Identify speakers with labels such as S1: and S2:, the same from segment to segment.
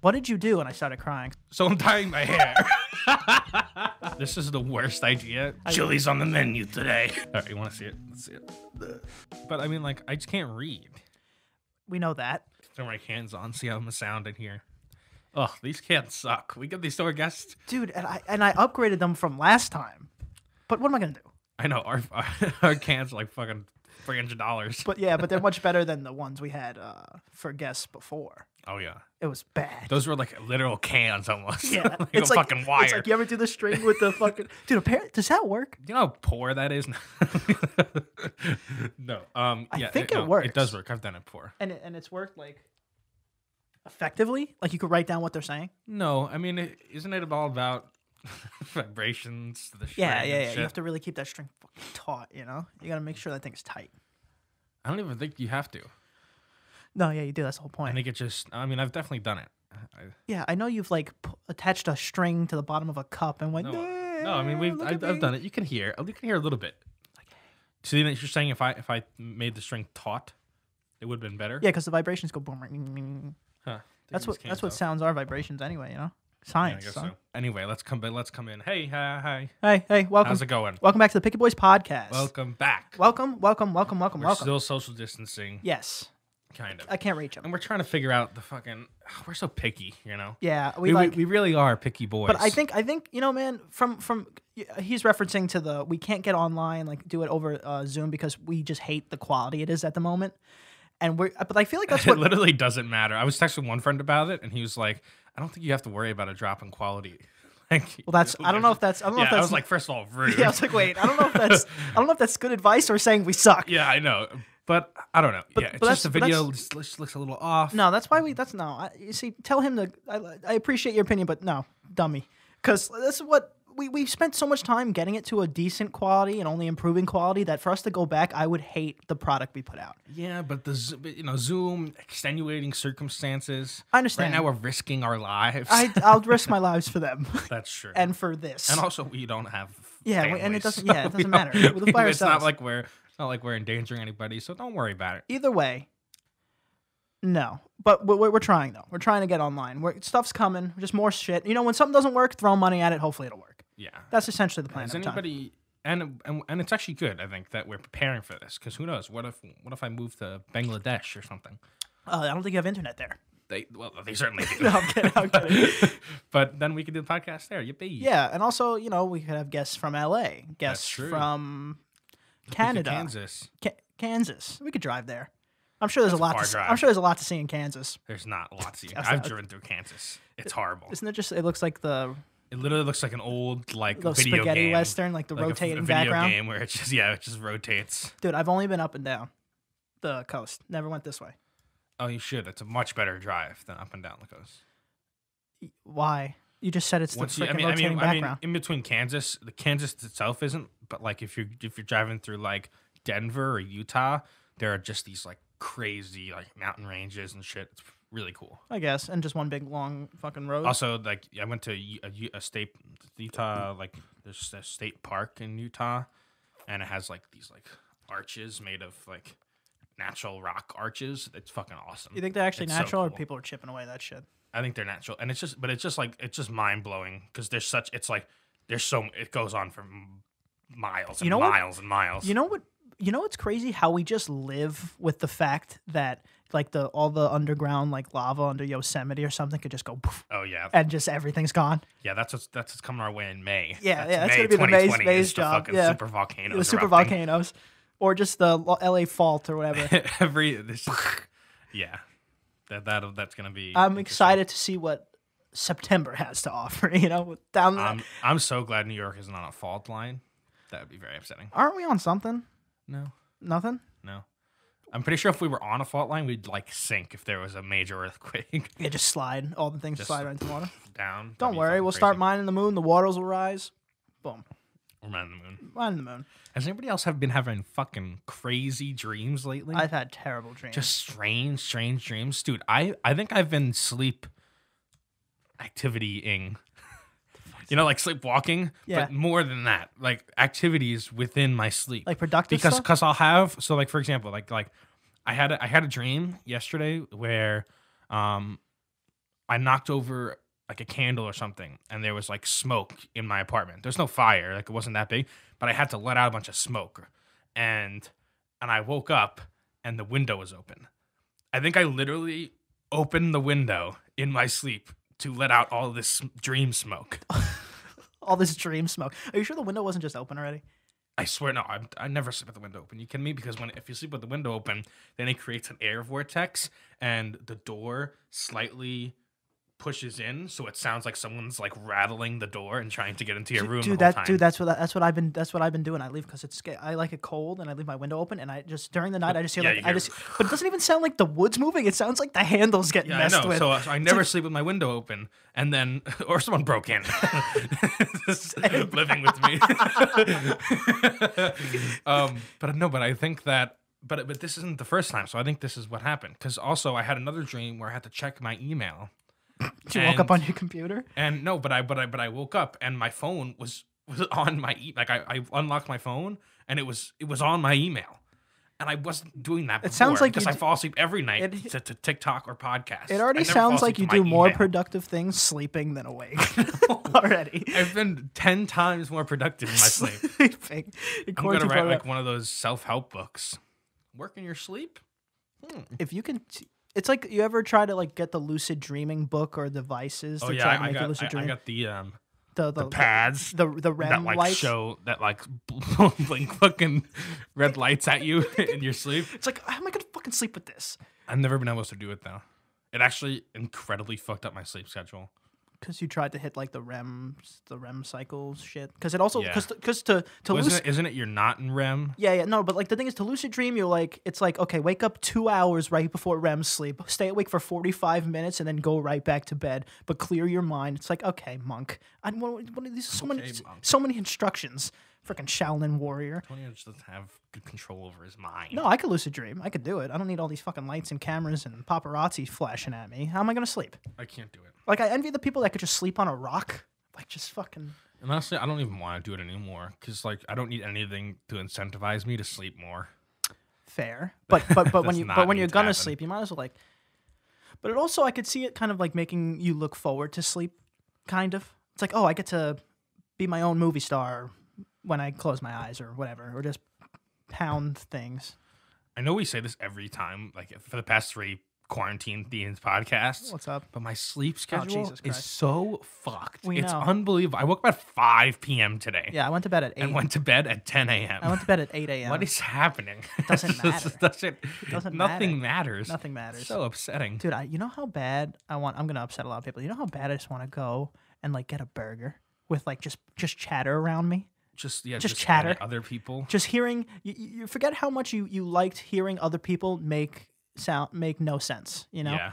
S1: What did you do? And I started crying.
S2: So I'm dyeing my hair. this is the worst idea. Chili's on the menu today. All right, you want to see it? Let's see it. But I mean, like, I just can't read.
S1: We know that.
S2: Turn my hands on, see how I'm sounding here. Oh, these cans suck. We got these store guests.
S1: Dude, and I and I upgraded them from last time. But what am I gonna do?
S2: I know our our, our cans are like fucking three hundred dollars.
S1: But yeah, but they're much better than the ones we had uh, for guests before.
S2: Oh yeah,
S1: It was bad.
S2: those were like literal cans almost.
S1: Yeah,
S2: like a fucking wire.
S1: It's like you ever do the string with the fucking dude. Apparently, does that work?
S2: Do you know how poor that is? no. Um,
S1: I
S2: yeah,
S1: think it
S2: no,
S1: works.
S2: It does work. I've done it before.
S1: And it, and it's worked like effectively. Like you could write down what they're saying.
S2: No, I mean, is isn't it all about vibrations? The
S1: Yeah,
S2: string
S1: yeah,
S2: and
S1: yeah. You
S2: shit?
S1: have to really keep that string fucking taut. You know, you gotta make sure that thing's tight.
S2: I don't even think you have to.
S1: No, yeah, you do. That's the whole
S2: I
S1: point.
S2: think it just. I mean, I've definitely done it. I,
S1: yeah, I know you've like p- attached a string to the bottom of a cup and went.
S2: no, no, I mean, we've. I, I've done it. You can hear. You can hear a little bit. See, you're saying if I if I made the string taut, it would have been better.
S1: Yeah, because the vibrations go boom.
S2: Huh.
S1: That's
S2: Taking
S1: what that's
S2: these cans
S1: what
S2: out.
S1: sounds are vibrations anyway. You know,
S2: Yeah, I
S1: science.
S2: guess
S1: son.
S2: so. Anyway, let's come. Let's come in. Hey, hi, hi.
S1: Hey, hey, welcome.
S2: How's it going?
S1: Welcome back to the Picky Boys podcast.
S2: Welcome back.
S1: welcome, welcome, welcome, welcome,
S2: We're
S1: welcome.
S2: still social distancing,
S1: yes,
S2: kind of.
S1: I can't reach him.
S2: and we're trying to figure out the fucking. We're so picky, you know.
S1: Yeah, we,
S2: We, we,
S1: like.
S2: we really are picky boys.
S1: but I think I think you know, man. From from he's referencing to the we can't get online like do it over uh, Zoom because we just hate the quality it is at the moment. And we're but I feel like that's
S2: it
S1: what
S2: literally doesn't matter. I was texting one friend about it, and he was like, "I don't think you have to worry about a drop in quality." Like,
S1: well that's I don't know if that's I don't know
S2: yeah,
S1: if that's
S2: I was like, first of all, rude.
S1: yeah I was like wait I don't know if that's I don't know if that's good advice or saying we suck.
S2: Yeah, I know, but I don't know. yeah, it's
S1: but that's-
S2: just the
S1: but that's-
S2: video just, just looks a little off.
S1: No, that's why we. That's no. I, you see, tell him to. I, I appreciate your opinion, but no, dummy. Because that's what we we spent so much time getting it to a decent quality and only improving quality that for us to go back, I would hate the product we put out.
S2: Yeah, but the Zo- you know Zoom extenuating circumstances.
S1: I understand.
S2: Right now we're risking our lives.
S1: I I'll risk my lives for them
S2: That's true.
S1: and for this.
S2: And also, we don't have.
S1: Yeah, we- and it
S2: families,
S1: doesn't-
S2: so
S1: yeah, it
S2: we
S1: doesn't
S2: don't-
S1: matter. With the fire
S2: it's
S1: cells.
S2: not like we're it's not like we're endangering anybody, so don't worry about it.
S1: Either way, no. But we're, we're trying though. We're trying to get online. We're, stuff's coming. Just more shit. You know, when something doesn't work, throw money at it. Hopefully, it'll work.
S2: Yeah.
S1: That's essentially the plan.
S2: Is
S1: of time.
S2: anybody and, and and it's actually good, I think, that we're preparing for this because who knows? What if what if I move to Bangladesh or something?
S1: Uh, I don't think you have internet there.
S2: They well, they certainly do.
S1: No, I'm kidding. I'm kidding.
S2: but then we could do the podcast there. Yippee!
S1: Yeah, and also, you know, we could have guests from LA, guests
S2: true.
S1: from
S2: We could
S1: Canada, Kansas.
S2: Kansas.
S1: Kansas. We could drive there. I'm sure there's a lot.
S2: far
S1: To see,
S2: drive.
S1: I'm sure there's a lot to see in Kansas.
S2: There's not lots of.
S1: That's
S2: I've
S1: not-
S2: driven through Kansas. It's horrible.
S1: Isn't it just? It looks like the
S2: It literally looks like an old like
S1: the
S2: video
S1: spaghetti
S2: game,
S1: western, like the
S2: like a f-
S1: rotating
S2: a video
S1: background.
S2: game where it just yeah, it just rotates.
S1: Dude, I've only been up and down the coast. Never went this way.
S2: Oh, you should. It's a much better drive than up and down the coast.
S1: Why? You just said it's
S2: Once
S1: the
S2: you,
S1: freaking
S2: I mean, I
S1: rotating
S2: mean, I
S1: background.
S2: mean, in between Kansas, the Kansas itself isn't, but like if you're if you're driving through like Denver or Utah, there are just these like crazy like mountain ranges and shit. It's really cool.
S1: I guess, and just one big long fucking road.
S2: Also, like I went to U- a, U- a state Utah, like there's a state park in Utah, and it has like these like arches made of like natural rock arches. It's fucking awesome.
S1: you think they're actually
S2: It's so
S1: natural, or
S2: cool.
S1: people are chipping away that shit?
S2: I think they're natural, and it's just, but it's just like it's just mind blowing because there's such. It's like there's so it goes on for m- miles and
S1: You know what?
S2: miles and miles.
S1: You know what? You know what's crazy? How we just live with the fact that like the all the underground like lava under Yosemite or something could just go poof,
S2: oh yeah,
S1: and just everything's gone.
S2: yeah. That's what's that's what's coming our way in May.
S1: Yeah,
S2: that's
S1: yeah, that's
S2: May
S1: gonna be the May's-
S2: 2020
S1: May's
S2: is
S1: job,
S2: The fucking
S1: yeah.
S2: super volcanoes.
S1: the super
S2: erupting.
S1: volcanoes, or just the L- L.A. fault or whatever.
S2: Every this, yeah, that that that's gonna be.
S1: I'm
S2: interesting.
S1: excited to see what September has to offer. You know, down the,
S2: I'm I'm so glad New York isn't on a fault line. That would be very upsetting.
S1: aren't we on something?
S2: No,
S1: Nothing.
S2: no. I'm pretty sure if we were on a fault line, we'd like sink if there was a major earthquake
S1: Yeah, just slide. All the things
S2: Just-
S1: slide right into the water.
S2: down.
S1: Don't worry, we'll start mining the moon. The waters will rise. Boom,
S2: Remind the moon.
S1: mining the moon.
S2: Has anybody else have been having fucking crazy dreams lately?
S1: I've had terrible dreams.
S2: Just strange, strange dreams, dude. I I think I've been sleep activitying. You know, like sleepwalking,
S1: Yeah.
S2: but more than that, like activities within my sleep.
S1: like productive
S2: because
S1: stuff?
S2: because I'll have so like for example like like I had a, I had a dream yesterday where um I knocked over like a candle or something, and there was like smoke in my apartment. There's no fire, like it wasn't that big, but I had to let out a bunch of smoke, and and I woke up and the window was open. I think I literally opened the window in my sleep to let out all this sm- dream smoke.
S1: All this dream smoke. Are you sure the window wasn't just open already?
S2: I swear, no, I, I never sleep with the window open. You kidding me? Because when if you sleep with the window open, then it creates an air vortex, and the door slightly pushes in, so it sounds like someone's like rattling the door and trying to get into your room.
S1: dude,
S2: the whole
S1: that
S2: time.
S1: dude, that's what that's what I've been that's what I've been doing. I leave because it's sca- I like it cold, and I leave my window open, and I just during the night I just hear
S2: Yeah,
S1: like
S2: you
S1: I
S2: hear-
S1: just, but it doesn't even sound like the woods moving. It sounds like the handles getting
S2: yeah, I
S1: messed
S2: know.
S1: with.
S2: So, uh, so I never sleep with my window open, and then or someone broke in, Just living with me. um, but no, but I think that, but but this isn't the first time. So I think this is what happened. Because also I had another dream where I had to check my email.
S1: Did you woke up
S2: and-
S1: on your computer?
S2: And no, but I but I but I woke up and my phone was was on my e- like I, I unlocked my phone and it was it was on my email. And I wasn't doing that. Before
S1: It sounds like you
S2: because I
S1: d-
S2: fall asleep every night
S1: it-
S2: to, to TikTok or podcast.
S1: It already sounds like you do more productive things sleeping than awake already.
S2: I've been ten times more productive in my sleep.
S1: Sleeping.
S2: I'm gonna
S1: According to
S2: write
S1: Brother-
S2: like one of those self help books. Work in your sleep.
S1: if you can. T- it's like you ever try to like get the lucid dreaming book or devices
S2: Oh
S1: to
S2: yeah,
S1: try to
S2: I, I
S1: make you
S2: got
S1: lucid
S2: I, I
S1: dream.
S2: got the um
S1: the, Oh, the,
S2: pads
S1: the the REM
S2: that like
S1: lights.
S2: show that like blink fucking red lights at you in your sleep.
S1: It's like how am I gonna fucking sleep with this?
S2: I've never been able to do it though. It actually incredibly fucked up my sleep schedule.
S1: Because you tried to hit like the REM the REM cycles shit. Because it also
S2: Yeah.
S1: because to to
S2: Isn't
S1: lucid
S2: it, isn't it you're not in REM?
S1: Yeah, yeah, no, but like the thing is, to lucid dream, you're like, it's like, okay, wake up two hours right before REM sleep, stay awake for 45 minutes, and then go right back to bed, but clear your mind. It's like, okay, monk. I don't want what are these so many,
S2: Okay, monk.
S1: so many instructions. Freaking Shaolin warrior.
S2: Tony just doesn't have good control over his mind.
S1: No, I could lucid dream. I could do it. I don't need all these fucking lights and cameras and paparazzi flashing at me. How am I gonna sleep?
S2: I can't do it.
S1: Like, I envy the people that could just sleep on a rock. Like, just fucking.
S2: And honestly, I don't even want to do it anymore because like I don't need anything to incentivize me to sleep more.
S1: fair. But but but when
S2: Does
S1: you but
S2: not
S1: when
S2: need
S1: you're
S2: to
S1: gonna
S2: happen.
S1: sleep, you might as well like. But it also, I could see it kind of like making you look forward to sleep, kind of. It's like, oh, I get to be my own movie star when I close my eyes or whatever, or just pound things.
S2: I know we say this every time, like for the past three quarantine themed podcasts.
S1: What's up?
S2: But my sleep schedule
S1: Oh, Jesus
S2: is
S1: Christ.
S2: so fucked.
S1: We
S2: it's
S1: know.
S2: unbelievable. I woke up at 5 p.m. today
S1: Yeah, I went to bed at eight.
S2: and went to bed at 10 a.m.
S1: I went to bed at eight a.m.
S2: What is happening? It
S1: doesn't matter.
S2: doesn't,
S1: doesn't
S2: nothing matters.
S1: Nothing matters.
S2: So upsetting.
S1: Dude, I, you know how bad I want. I'm gonna upset a lot of people. You know how bad I just want to go and like get a burger with like just just chatter around me.
S2: Just yeah,
S1: just
S2: just, any
S1: chatter.
S2: Other people.
S1: just hearing you, you forget how much you you liked hearing other people make sound make no sense you know
S2: Yeah,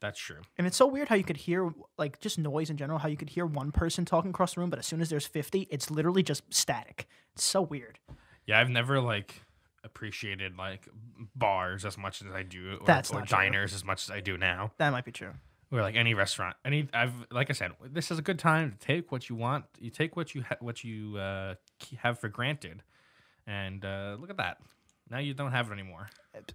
S2: that's true.
S1: and it's so weird how you could hear like just noise in general how you could hear one person talking across the room but as soon as there's 50 it's literally just static it's so weird
S2: Yeah, I've never like appreciated like bars as much as I do, or,
S1: That's
S2: or
S1: not true.
S2: diners as much as I do now,
S1: that might be true
S2: or like any restaurant. Any I've like I said, this is a good time to take what you want. You take what you ha- what you uh, ke- have for granted, and uh, look at that. Now you don't have it anymore.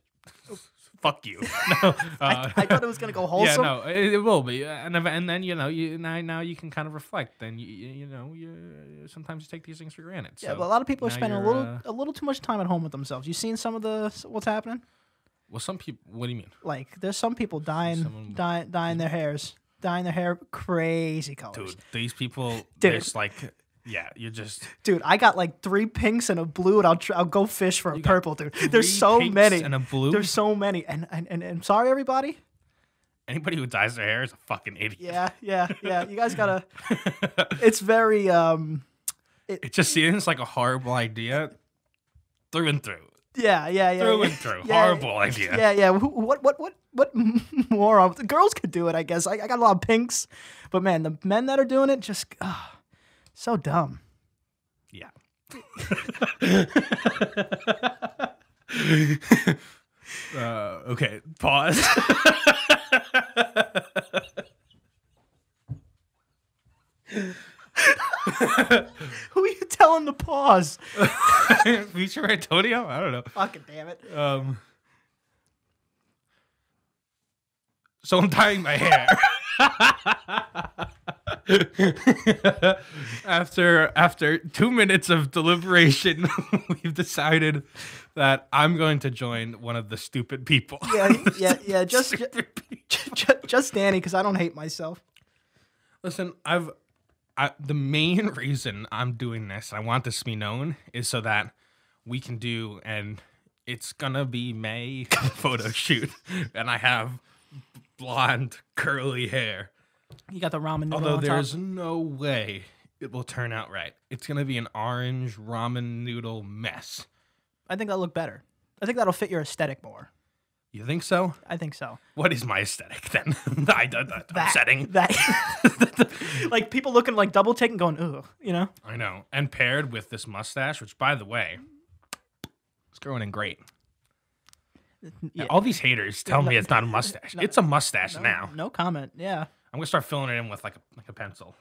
S2: Fuck you. no, uh,
S1: Uh, i thought it was going to go
S2: Yeah,
S1: wholesome
S2: no, it, it will be, uh, and if- and then you know, you now, now you can kind of reflect. Then you you you know, you sometimes you take these things for granted.
S1: yeah,
S2: so
S1: but a lot of people are
S2: now
S1: spending a
S2: you're,
S1: little
S2: uh,
S1: a little too much time at home with themselves. You seen some of the s- what's happening?
S2: well, some people. What do you mean?
S1: Like there's some people dying
S2: Someone-
S1: dyeing, dyeing their hairs, dyeing their hair crazy colors.
S2: Dude, these people,
S1: Dude.
S2: it's like, yeah, you're just
S1: Dude, I got like three pinks and a blue, and I'll tr- I'll go fish for a
S2: got
S1: purple, dude. There's
S2: three
S1: so
S2: pinks
S1: many.
S2: and a blue.
S1: There's so many. And and, and and sorry, everybody.
S2: Anybody who dyes their hair is a fucking idiot.
S1: Yeah, yeah, yeah. You guys gotta. It's very um.
S2: It just seems like a horrible idea, through and through,
S1: Yeah, yeah, yeah.
S2: through
S1: yeah.
S2: and through.
S1: Yeah,
S2: Horrible idea.
S1: Yeah, yeah. Who- What what what what moron? The girls could do it, I guess. I, I got a lot of pinks, but man, the men that are doing it just ah, so dumb.
S2: Yeah. uh, okay, pause.
S1: Who are you telling to pause?
S2: Future Antonio? I don't know.
S1: Fucking damn it.
S2: Um, so I'm dyeing my hair. after after two minutes of deliberation, we've decided that I'm going to join one of the stupid people.
S1: Yeah, yeah, yeah. Just, ju-
S2: Stupid people.
S1: ju- just Danny, because I don't hate myself.
S2: Listen, I've I, the main reason I'm doing this, I want this to be known, is so that we can do and it's gonna be May photo shoot, and I have blonde curly hair.
S1: You got the ramen noodle
S2: Although
S1: on
S2: there's
S1: top.
S2: no way it will turn out right. It's gonna be an orange ramen noodle mess.
S1: I think that'll look better. I think that'll fit your aesthetic more.
S2: You think so?
S1: I think so.
S2: What is my aesthetic then? I, I, I,
S1: That-
S2: upsetting.
S1: That, like people looking like double take and going, ooh, you know.
S2: I know. And paired with this mustache, which by the way, it's growing in great.
S1: Yeah.
S2: All these haters tell me it's not a mustache. It's a mustache now.
S1: No comment. Yeah.
S2: I'm gonna start filling it in with like a like a pencil.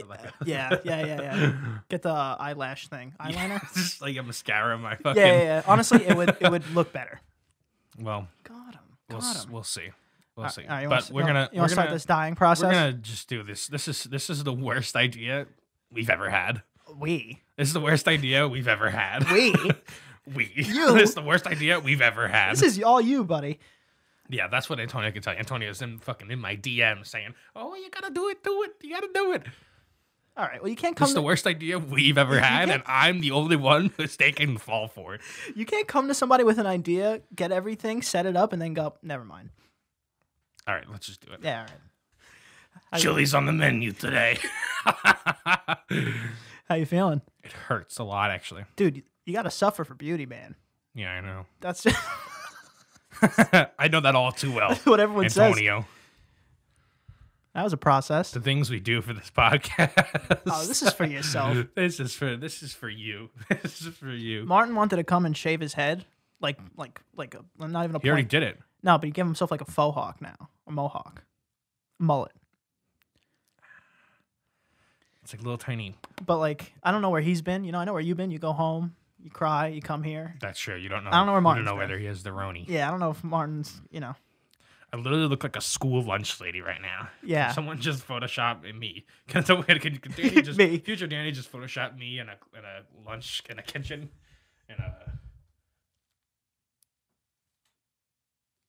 S2: Or Like a,
S1: Yeah. Yeah. Yeah. Yeah. Get the eyelash thing. Eyeliner.
S2: just like a mascara on my
S1: Yeah.
S2: fucking.
S1: Yeah. yeah. Honestly, it would it would look better.
S2: Well,
S1: Got him. Got
S2: we'll, s-
S1: him.
S2: we'll see. We'll see.
S1: All right, you wanna
S2: but
S1: s-
S2: we're
S1: you wanna-
S2: gonna
S1: you
S2: we're
S1: wanna start
S2: gonna
S1: this dying
S2: we're
S1: process.
S2: gonna just do this. This is this is the worst idea we've ever had.
S1: We
S2: This is the worst idea we've ever had.
S1: we.
S2: we.
S1: You.
S2: this is the worst idea we've ever had.
S1: this is all you, buddy.
S2: Yeah, that's what Antonio can tell you. Antonio's in fucking in my DM saying, "Oh, you gotta do it, do it, you gotta do it."
S1: All right. Well, you can't
S2: This
S1: come.
S2: is
S1: to-
S2: the worst idea we've ever had,
S1: can't-
S2: and I'm the only one who's taking the fall for it.
S1: You can't come to somebody with an idea, get everything, set it up, and then go, never mind.
S2: All right, let's just do it.
S1: Yeah, all right. I-
S2: Chili's on the menu today. it
S1: How you feeling?
S2: hurts a lot, actually.
S1: Dude, you gotta suffer for beauty, man.
S2: Yeah, I know.
S1: That's just
S2: I know that all too well.
S1: what everyone says.
S2: Antonio,
S1: That was a process.
S2: the things we do for this podcast.
S1: Oh, this is for yourself.
S2: this is for this is for you. This is for you.
S1: Martin wanted to come and shave his head. Like like like a not even a
S2: He already
S1: point.
S2: did it.
S1: No, but he gave himself like a faux hawk now. A mohawk. Mullet.
S2: It's like little tiny.
S1: But like I don't know where he's been. You know, I know where you've been. You go home, you cry, you come here.
S2: That's true. You don't know.
S1: I don't know where
S2: You
S1: Martin's
S2: don't know
S1: been.
S2: whether he has the Roni.
S1: Yeah, I don't know if Martin's you know.
S2: I literally look like a school lunch lady right now.
S1: Yeah.
S2: Someone just photoshopped me. Can someone can, can Danny just
S1: Me.
S2: future Danny just photoshopped me in a in a lunch in a kitchen in a.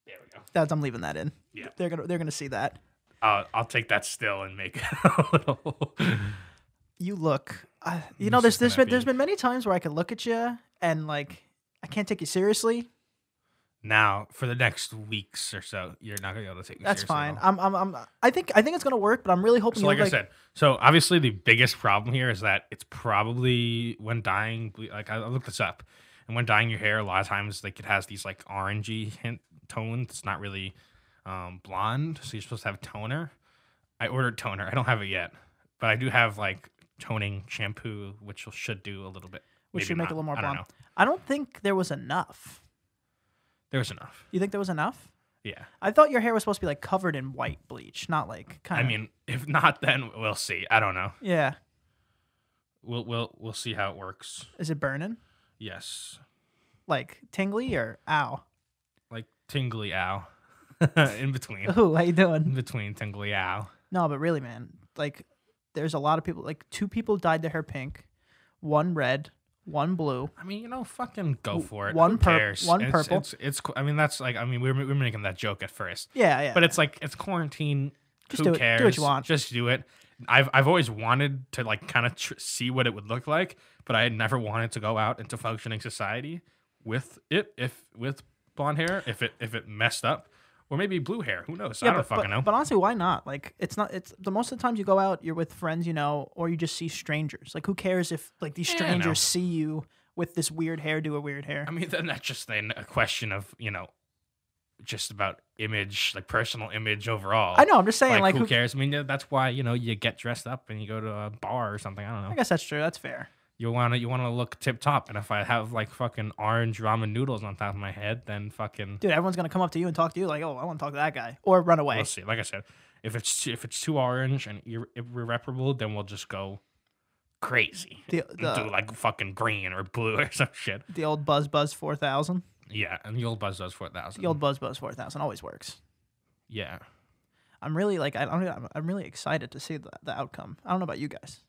S2: There we go.
S1: That's I'm leaving that in.
S2: Yeah.
S1: They're gonna they're gonna see that.
S2: I'll, I'll take that still and make it a little.
S1: you look. I, you
S2: This
S1: know, there's
S2: is
S1: there's
S2: gonna
S1: been, there's
S2: be-
S1: been many times where I could look at you and like I can't take you seriously.
S2: Now for the next weeks or so, you're not gonna be able to take me.
S1: That's
S2: seriously at
S1: fine.
S2: all.
S1: I'm, I'm I'm I think I think it's gonna work, but I'm really hoping
S2: So
S1: you
S2: like,
S1: look
S2: I said, so obviously the biggest problem here is that it's probably when dyeing. ble- Like I I looked this up, and when dyeing your hair, a lot of times like it has these like orangey hint tones. It's not really um, blonde, so you're supposed to have toner. I ordered toner. I don't have it yet, but I do have like toning shampoo, which will- should do a little bit.
S1: which
S2: maybe
S1: should make
S2: not.
S1: it a little more
S2: I don't
S1: blonde.
S2: know.
S1: I don't think there was enough.
S2: There's enough.
S1: You think there was enough?
S2: Yeah.
S1: I thought your hair was supposed to be like covered in white bleach, not like kind
S2: I
S1: of.
S2: mean, if not, then we'll see. I don't know.
S1: yeah.
S2: We'll we'll we'll see how it works.
S1: Is it burning?
S2: Yes.
S1: Like tingly or ow?
S2: Like tingly ow. In between.
S1: Ooh, how you
S2: in
S1: doing?
S2: between Tingly Owl.
S1: No, but really, man, like there's a lot of people. Like two people dyed their hair pink, one red, one blue.
S2: I mean, you know, fucking go for it.
S1: one
S2: Who
S1: purp-
S2: cares?
S1: one
S2: It's-
S1: purple.
S2: It's, it's, qu I mean, that's like, I mean, we were, we were making that joke at first,
S1: Yeah, yeah.
S2: but it's like, it's quarantine.
S1: Just
S2: Who
S1: do it. Do what
S2: cares?
S1: you want.
S2: Just do it. I've, I've always wanted to like kind of tr- see what it would look like, but I had never wanted to go out into functioning society with it, if with blonde hair, if it if it messed up, or maybe blue hair. Who knows? I don't
S1: but,
S2: fucking
S1: but,
S2: know.
S1: But honestly, why not? Like, it's not. It's the most of the times you go out, you're with friends, you know, or you just see strangers. Like, who cares if like these
S2: Yeah, I
S1: strangers
S2: know.
S1: see you with this weird hairdo or weird hair?
S2: I mean, then that's just then a question of you know, just about image, like personal image overall.
S1: I know. I'm just saying.
S2: Like,
S1: Like,
S2: who,
S1: who,
S2: cares? I mean, yeah, that's why you know you get dressed up and you go to a bar or something. I don't
S1: I
S2: know.
S1: guess that's true. That's fair.
S2: You want to you want to look tip top, and if I have like fucking orange ramen noodles on top of my head, then fucking
S1: Dude, everyone's gonna come up to you and talk to you like, oh, I want to talk to that guy, or run away.
S2: we'll see. Like I said, if it's too, if it's too orange and irre- irreparable, then we'll just go crazy.
S1: The-
S2: And
S1: the-
S2: do like fucking green or blue or some shit.
S1: The old buzz buzz four thousand.
S2: Yeah, and you'll buzz those four thousand.
S1: The old buzz buzz four thousand always works.
S2: yeah.
S1: I'm really like I don't I'm- I'm really excited to see the, the outcome. I don't know about you guys,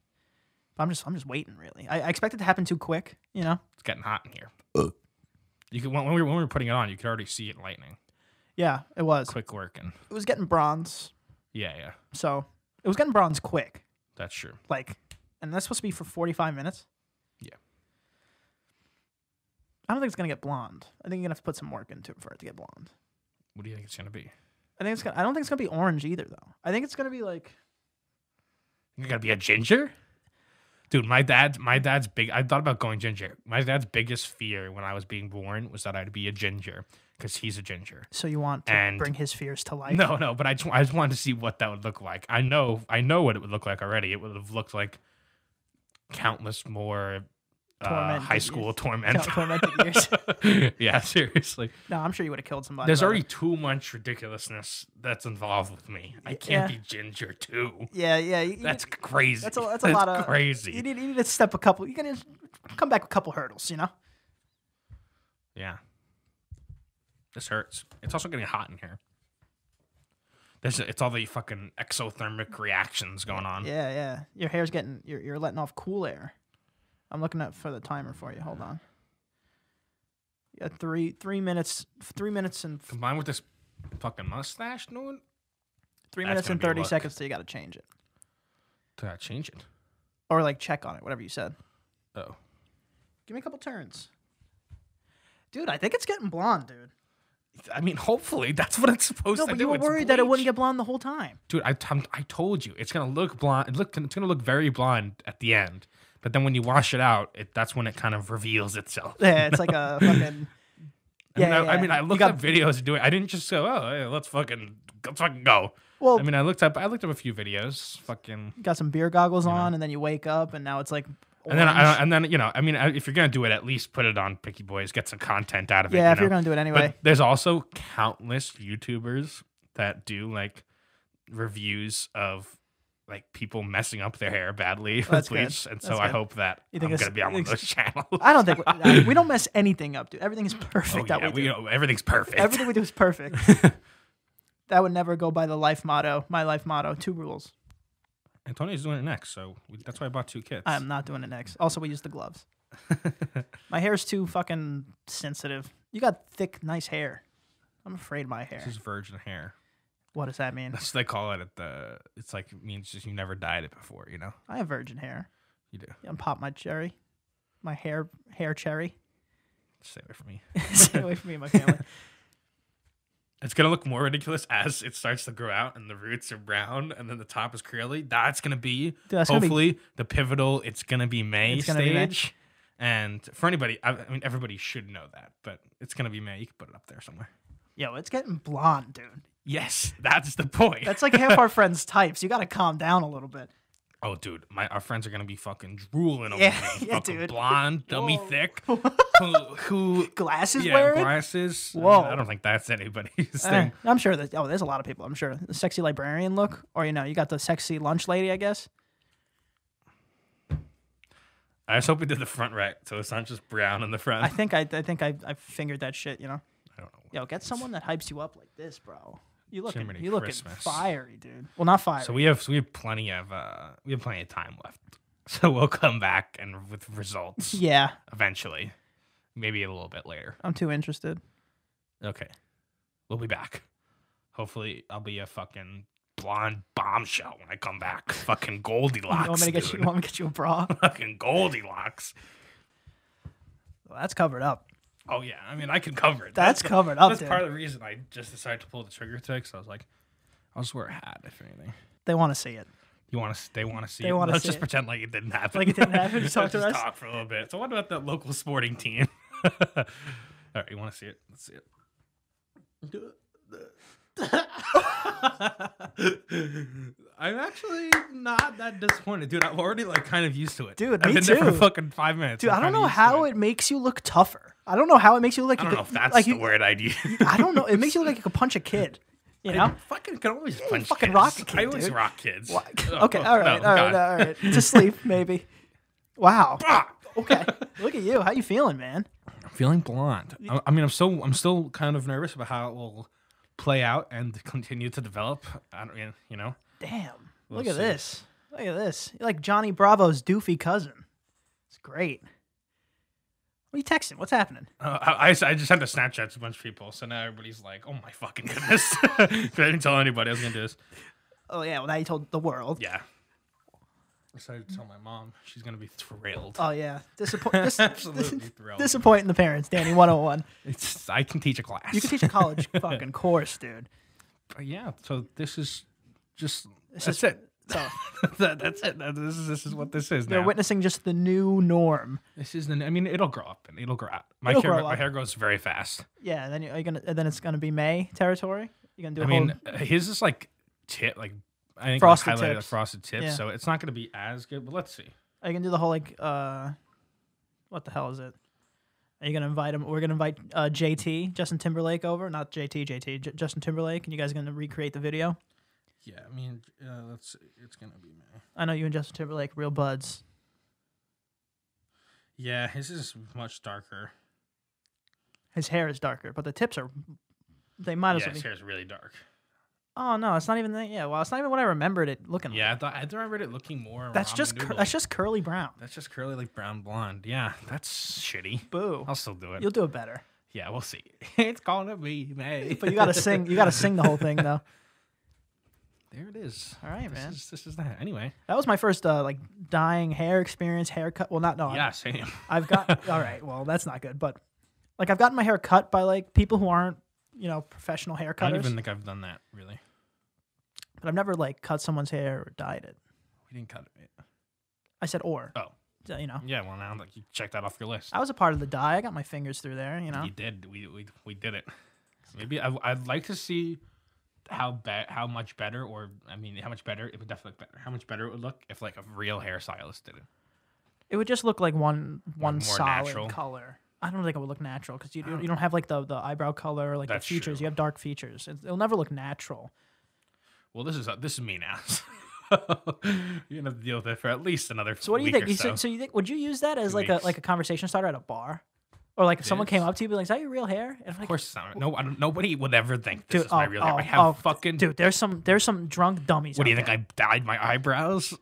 S1: but I'm just I'm just waiting really. I, I expect it to happen too quick, you know.
S2: It's getting hot in here. You could when, when we were, when we were putting it on, you could already see it lightning.
S1: Yeah, it was.
S2: Quick working.
S1: It was getting bronze,
S2: Yeah, yeah,
S1: so it was getting bronze quick.
S2: that's true.
S1: Like, and that's supposed to be for 45 minutes.
S2: Yeah.
S1: I don't think it's gonna get blonde. I think you're gonna have to put some work into it for it to get blonde.
S2: What do you think it's gonna be?
S1: I think it's gonna. I don't think it's gonna be orange either, though. I think it's gonna be like.
S2: You gotta be a ginger, dude. My dad's my dad's big. I thought about going ginger. My dad's biggest fear when I was being born was that I'd be a ginger because he's a ginger.
S1: So you want to
S2: And-
S1: bring his fears to life?
S2: No, no, but I just, I just wanted to see what that would look like. I know I know what it would look like already. It would have looked like countless more uh,
S1: Tormented
S2: high
S1: youth.
S2: school
S1: Count
S2: torment.
S1: tormented years.
S2: yeah, seriously.
S1: No, I'm sure you would have killed somebody.
S2: There's
S1: by
S2: already too much ridiculousness that's involved with me. I can't be ginger too.
S1: then. Yeah, yeah. You,
S2: That's crazy.
S1: that's a- that's a lot of-
S2: crazy.
S1: you need you need to step a couple. You gotta come back a couple hurdles. You know.
S2: Yeah. This hurts. It's also getting hot in here. There's it's all the fucking exothermic reactions going on.
S1: Yeah, yeah. Your hair's getting you're you're letting off cool air. I'm looking up for the timer for you. Hold on. Yeah, three three minutes three minutes and
S2: Combined with this fucking mustache, dude.
S1: three minutes
S2: That's gonna
S1: and
S2: be a
S1: thirty
S2: look.
S1: seconds. So you gotta change it
S2: Gotta change it.
S1: or like check on it, whatever you said.
S2: Oh.
S1: Give me a couple turns. Dude, I think it's getting blonde, dude.
S2: I mean, hopefully that's what it's supposed
S1: No,
S2: to
S1: but
S2: do.
S1: you were
S2: It's
S1: worried that it
S2: bleach.
S1: wouldn't get blonde the whole time.
S2: Dude, I, I'm- I told you it's gonna look blonde. It looked, it's gonna look very blonde at the end, but then when you wash it out, it, that's when it kind of reveals itself.
S1: Yeah, it's like a fucking.
S2: I mean,
S1: Yeah,
S2: I, I
S1: yeah,
S2: mean, I
S1: you
S2: looked
S1: got-
S2: up videos doing. I didn't just go, oh, yeah, let's fucking let's fucking go.
S1: Well,
S2: I mean, I looked up, I looked up a few videos, fucking,
S1: got some beer goggles on, and then you wake up, and now it's like.
S2: and then
S1: orange.
S2: I, and then you know, I mean, I- if you're gonna do it, at least put it on Picky Boys, get some content out of it.
S1: yeah,
S2: you
S1: if you're
S2: know?
S1: gonna do it
S2: But
S1: anyway,
S2: there's also countless YouTubers that do like reviews of like people messing up their hair badly
S1: Oh, that's
S2: with bleach, and so
S1: That's
S2: I
S1: good.
S2: hope that
S1: You think
S2: I'm
S1: it's-
S2: gonna be on one of
S1: it's-
S2: those channels.
S1: I don't think we, we don't mess anything up, dude. Everything is
S2: Oh,
S1: perfect that
S2: yeah,
S1: we do.
S2: we, you know, everything's perfect.
S1: Everything we do is perfect. that would never go by the life motto. My life motto: two rules.
S2: Antonio's doing it next, so we, that's why I bought two kits.
S1: I am not doing it next. Also, we use the gloves. my hair's too fucking sensitive. You got thick, nice hair. I'm afraid of my hair.
S2: this is virgin hair.
S1: What does that mean?
S2: That's what they call it at the. It's like it means just you never dyed it before. You know,
S1: I have virgin hair.
S2: you do.
S1: I'm pop my cherry, my hair hair cherry.
S2: Stay away from me.
S1: Stay away from me and my family.
S2: It's gonna look more ridiculous as it starts to grow out and the roots are brown and then the top is curly. That's gonna be
S1: Dude, that's gonna be-
S2: hopefully the pivotal. It's gonna be May
S1: It's gonna be May.
S2: stage. And for anybody, I, I mean, everybody should know that, but it's gonna be May. You can put it up there somewhere.
S1: Yo, it's getting blonde, dude.
S2: Yes, that's the point.
S1: That's like half our friends' types. You got to calm down a little bit.
S2: oh, dude, my our friends are gonna be fucking drooling over
S1: Yeah,
S2: me.
S1: yeah,
S2: Fucking
S1: dude.
S2: blonde, dummy
S1: Whoa.
S2: thick, who, who
S1: Glasses
S2: yeah,
S1: wearing.
S2: glasses. I mean,
S1: Whoa.
S2: I don't think that's anybody's
S1: Uh,
S2: thing.
S1: I'm sure that oh, there's a lot of people. I'm sure the sexy librarian look, or you know, you got the sexy lunch lady. I guess
S2: I just hope we did the front right, so it's not just brown in the front.
S1: I think I, I think I, I figured that shit. You know,
S2: I don't know.
S1: yo, get someone that hypes you up like this, bro. You looking,
S2: Jiminy
S1: you looking
S2: Christmas.
S1: fiery, dude. Well, not fiery.
S2: So we have so we have plenty of uh we have plenty of time left. So we'll come back and with results
S1: yeah,
S2: eventually. Maybe a little bit later.
S1: I'm too interested.
S2: Okay. We'll be back. Hopefully I'll be a fucking blonde bombshell when I come back. Fucking Goldilocks.
S1: you want me to get you,
S2: dude.
S1: you? Want me to get you a bra?
S2: fucking Goldilocks.
S1: well, that's covered up.
S2: Oh yeah, I mean I can cover it.
S1: That's
S2: the-
S1: covered up,
S2: That's
S1: dude.
S2: part of the reason I just decided to pull the trigger today because I was like, I'll just wear a hat if anything.
S1: They want to see it.
S2: You want to? They want to see.
S1: They
S2: it.
S1: wanna
S2: Let's
S1: see
S2: just
S1: it.
S2: pretend like it didn't happen.
S1: Like it didn't happen, just talk
S2: Let's
S1: to
S2: just
S1: us.
S2: talk for a little bit. So what about that local sporting team? All right, you want to see it? Let's see it. I'm actually not that disappointed, dude. I'm already like kind of used to it,
S1: Dude,
S2: I've
S1: me
S2: been there for
S1: too.
S2: fucking five minutes.
S1: Dude,
S2: I'm
S1: I don't
S2: kinda
S1: know
S2: used to
S1: how
S2: it.
S1: it makes you look tougher. I don't know how it makes you look like
S2: I
S1: you
S2: don't know if
S1: could-
S2: that's
S1: like
S2: the
S1: you,
S2: word I'd use.
S1: I don't know. It makes you look like you could punch a kid. You know?
S2: fucking can always punch
S1: fucking
S2: kids.
S1: rock a kid,
S2: I always
S1: dude.
S2: rock kids. Oh,
S1: okay,
S2: oh,
S1: all right,
S2: no,
S1: all right,
S2: God.
S1: all right. To sleep, maybe. Wow.
S2: Ah!
S1: Okay. Look at you. How you feeling, man?
S2: feeling blonde. I, I mean, I'm so I'm still kind of nervous about how it will play out and continue to develop. I don't, mean, you know,
S1: Damn.
S2: We'll
S1: Look at
S2: see.
S1: this. Look at this. You're like Johnny Bravo's doofy cousin. It's great. What are you texting? What's happening?
S2: uh, I, I s- I just had to Snapchat to a bunch of people, so now everybody's like, "Oh my fucking goodness!" I didn't tell anybody I was gonna do this.
S1: Oh yeah, well now you told the world.
S2: Yeah, I decided to tell my mom. She's gonna be thrilled.
S1: Oh yeah. Disappoint dis-
S2: Absolutely thrilled.
S1: disappointing the parents, Danny 101.
S2: It's, I can teach a class.
S1: You can teach a college fucking course, dude.
S2: But yeah. So this is just
S1: This
S2: that's
S1: is-
S2: it.
S1: So
S2: That- that's it. That- This is this is what this is
S1: they're
S2: now.
S1: witnessing just the new norm.
S2: this is the. I mean, it'll grow up and it'll grow out. My
S1: It'll
S2: hair,
S1: grow
S2: my
S1: up.
S2: hair grows very fast.
S1: Yeah, and then you- are you gonna and then it's gonna be May territory? You're gonna do a
S2: I
S1: whole
S2: mean, uh, his is like tip, like I think
S1: Frosted
S2: frosted
S1: tips.
S2: highlighted tips. frosted tips,
S1: Yeah.
S2: so it's not going to be as good. But let's see.
S1: are you gonna do the whole like uh what the hell is it? Are you gonna invite him? We're gonna invite uh, JT Justin Timberlake over, not JT JT J- Justin Timberlake, and you guys are gonna recreate the video.
S2: Yeah, I mean, uh, let's. See. It's going to be May.
S1: I know you and Justin Timberlake real buds.
S2: Yeah, his is much darker.
S1: His hair is darker, but the tips are they might as
S2: yeah,
S1: well
S2: his
S1: be.
S2: hair is really dark.
S1: Oh no, it's not even that. Yeah, well, it's not even what I remembered it looking like.
S2: Yeah, I thought I thought I read it looking more.
S1: That's
S2: ramen
S1: just cur-
S2: noodle.
S1: that's just curly brown.
S2: that's just curly like brown blonde. Yeah, that's shitty.
S1: Boo.
S2: I'll still do it.
S1: You'll do it better.
S2: yeah, we'll see. it's gonna be May.
S1: But you gotta sing. You gotta sing the whole thing though.
S2: There it is.
S1: All right,
S2: this
S1: man.
S2: Is, this is that. Anyway.
S1: That was my first uh, like dyeing hair experience, haircut. Well, not no.
S2: Yeah, same.
S1: I've got all right. Well, that's not good. But like I've gotten my hair cut by like people who aren't you know professional
S2: I
S1: haircutters.
S2: don't even think I've done that really.
S1: But I've never like cut someone's hair or dyed it.
S2: We didn't cut it.
S1: I said or.
S2: Oh.
S1: So, You know,
S2: Yeah, well now like you check that off your list.
S1: I was a part of the dye. I got my fingers through there. You know.
S2: We did. We we, we did it. Maybe I, I'd like to see how bad, how much better, or I mean, how much better it would definitely look better. How much better it would look if like a real hairstylist did it.
S1: It would just look like one one
S2: more
S1: solid
S2: natural.
S1: color. I don't think it would look natural because you, you don't have like the, the eyebrow color or like
S2: That's
S1: the features.
S2: true.
S1: You have dark features. It, it'll never look natural.
S2: Well, this is this is me now. You're gonna have to deal with it for at least another.
S1: So what do you think?
S2: week Or
S1: You-
S2: so.
S1: So. so you think would you use that as
S2: Two
S1: like
S2: weeks.
S1: a like a conversation starter at a bar, or like if someone came
S2: Dudes.
S1: up to you be like, "Is that your real hair?" And I'm
S2: of
S1: like,
S2: course, it's not. No, I don't, nobody would ever think this
S1: dude,
S2: is
S1: oh,
S2: my real hair.
S1: oh,
S2: I have
S1: oh,
S2: fucking.
S1: dude, there's some there's some drunk dummies.
S2: what do
S1: out
S2: you think?
S1: there.
S2: I dyed my eyebrows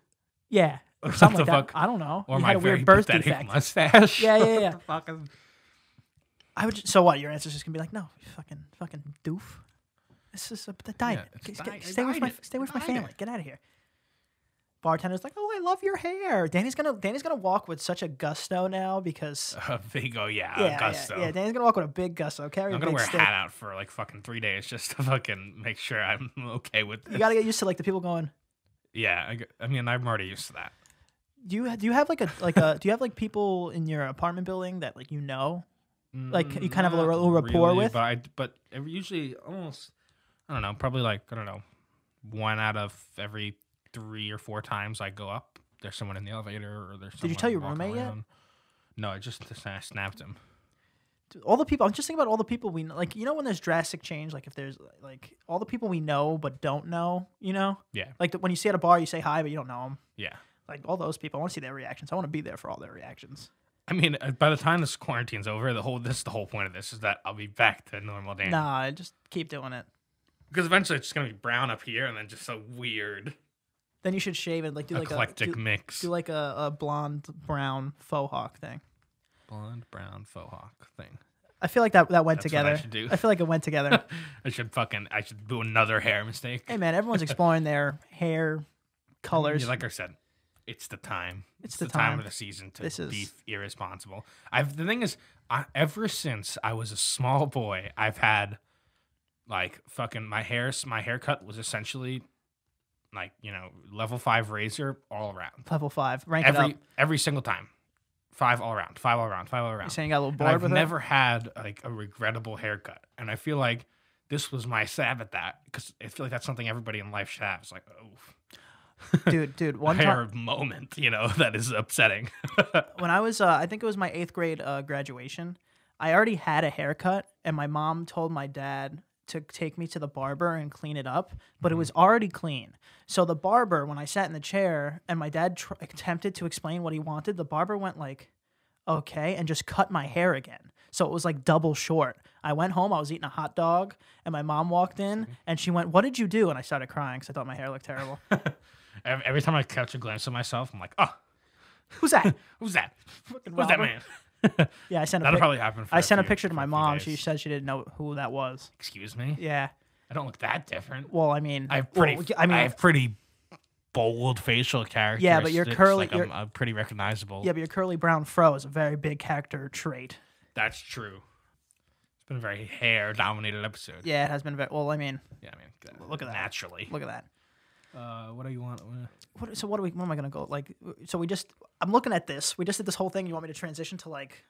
S1: yeah, or
S2: What
S1: something
S2: the
S1: like that.
S2: fuck?
S1: I don't know.
S2: or
S1: you
S2: my
S1: had a
S2: very
S1: weird birth
S2: pathetic
S1: defect.
S2: mustache.
S1: Yeah, yeah, yeah.
S2: What the fuck is-
S1: I would. Just, so what? Your answer's just gonna be like, "No, you fucking fucking doof." This is a the diet.
S2: it's
S1: Get-
S2: diet.
S1: get- stay with my
S2: Diet.
S1: stay with my
S2: Diet.
S1: family. Get out of here. Bartender's like, "Oh, I love your hair." Danny's gonna Danny's gonna walk with such a gusto now because
S2: Uh, Vigo, yeah,
S1: yeah, yeah,
S2: Augusto.
S1: yeah, Danny's gonna walk with a big gusto. Carry a
S2: I'm
S1: big
S2: gonna wear
S1: stick.
S2: a hat out for like fucking three days just to fucking make sure I'm okay with this.
S1: You gotta get used to like the people going.
S2: yeah, I, g- I mean I'm already used to that.
S1: Do you do you have like a like a do you have like people in your apartment building that like you know? Like, you kind of have a
S2: Mm, Not
S1: little rapport
S2: really,
S1: with?
S2: but I, but it usually almost I don't know, probably like I don't know, one out of every three or four times I go up, there's someone in the elevator or there's.
S1: Did you
S2: someone
S1: tell your
S2: walking
S1: roommate yet?
S2: around. No, I just, just I snapped him.
S1: All the people I'm just thinking about all the people we know, like you know when there's drastic change like if there's like all the people we know but don't know you know
S2: Yeah.
S1: like the, when you see at a bar you say hi but you don't know them
S2: Yeah.
S1: like all those people I want to see their reactions I want to be there for all their reactions
S2: I mean, uh, by the time this quarantine's over, the whole this is the whole point of this is that I'll be back to normal Dan.
S1: nah just keep doing it
S2: Because eventually it's just gonna be brown up here and then just a weird
S1: then you should shave it like do like
S2: eclectic
S1: a do,
S2: mix.
S1: do like a, a blonde brown faux hawk thing
S2: Blonde brown faux hawk thing.
S1: I feel like that that went
S2: That's what I
S1: together
S2: should do.
S1: I feel like it went together
S2: I should fucking I should do another hair mistake.
S1: hey man everyone's exploring their hair colors
S2: Yeah, like I said, it's the time.
S1: It's the
S2: the, time.
S1: time.
S2: of the season to
S1: This
S2: be
S1: is-
S2: irresponsible. I've the thing is, I, ever since I was a small boy, I've had like fucking my hair. My haircut was essentially like you know level five razor all around.
S1: level five rank it up.
S2: Every every single time, five all around, five all around, five all
S1: You
S2: around.
S1: saying you got a little
S2: And
S1: bored
S2: I've
S1: with
S2: never had like a regrettable haircut, and I feel like this was my stab at that because I feel like that's something everybody in life should have. It's like, oh,
S1: it, dude. Dude, one time
S2: hair moment, you know, that is upsetting.
S1: when I was, uh, I think it was my eighth grade uh, graduation. I already had a haircut, and my mom told my dad to take me to the barber and clean it up, but
S2: Mm-hmm.
S1: it was already clean. So the barber, when I sat in the chair and my dad tr- attempted to explain what he wanted, the barber went like, "Okay," and just cut my hair again. So it was like double short. I went home, I was eating a hot dog, and my mom walked in and she went, What did you do? And I started crying because I thought my hair looked terrible.
S2: Ev- Every time I catch a glimpse of myself, I'm like, oh,
S1: Who's that?
S2: who's that?
S1: Fucking
S2: Who's that
S1: Robert.
S2: man?
S1: Yeah, I sent a
S2: That'll
S1: pic-
S2: probably happen. For
S1: I
S2: a
S1: sent a
S2: few-
S1: picture to
S2: for a
S1: my
S2: few
S1: mom.
S2: days.
S1: She said she didn't know who that was.
S2: Excuse me.
S1: Yeah.
S2: I don't look that different.
S1: Well, I mean,
S2: I have pretty.
S1: well,
S2: I mean, I have pretty bold facial characteristics.
S1: curly-
S2: Like I'm,
S1: you're-
S2: I'm pretty recognizable.
S1: yeah, but your curly brown fro is a very big character trait.
S2: That's true. It's been a very hair dominated episode. Yeah.
S1: Yeah, it has been very. Well, I mean,
S2: I mean,
S1: Look at that.
S2: Naturally.
S1: look at that.
S2: Uh, what do you want? Uh,
S1: What, so what are we? What am I gonna go like? So we just. I'm looking at this. We just did this whole thing. You want me to transition to like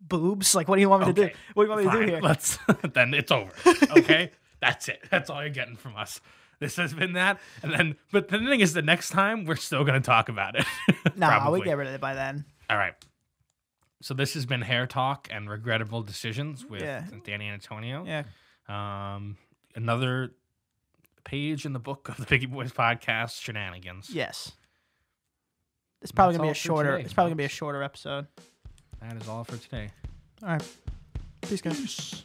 S1: boobs? Like, what do you want me to do?
S2: Okay,
S1: What do you want me to
S2: Uh, Fine,
S1: do here?
S2: Let's then it's over. Okay, that's it. That's all you're getting from us. This has been that, and then but the thing is, the next time we're still gonna talk about it.
S1: Nah, we
S2: Probably.
S1: get rid of it by then.
S2: All right. So this has been hair talk and regrettable decisions with
S1: Yeah.
S2: Danny Antonio.
S1: Yeah.
S2: Um, another page in the book of the Biggie Boys podcast shenanigans.
S1: Yes. It's probably
S2: That's
S1: gonna be
S2: all
S1: a
S2: for
S1: shorter.
S2: today,
S1: it's probably gonna be a
S2: folks.
S1: shorter episode.
S2: That is all for today.
S1: All right. Peace, guys.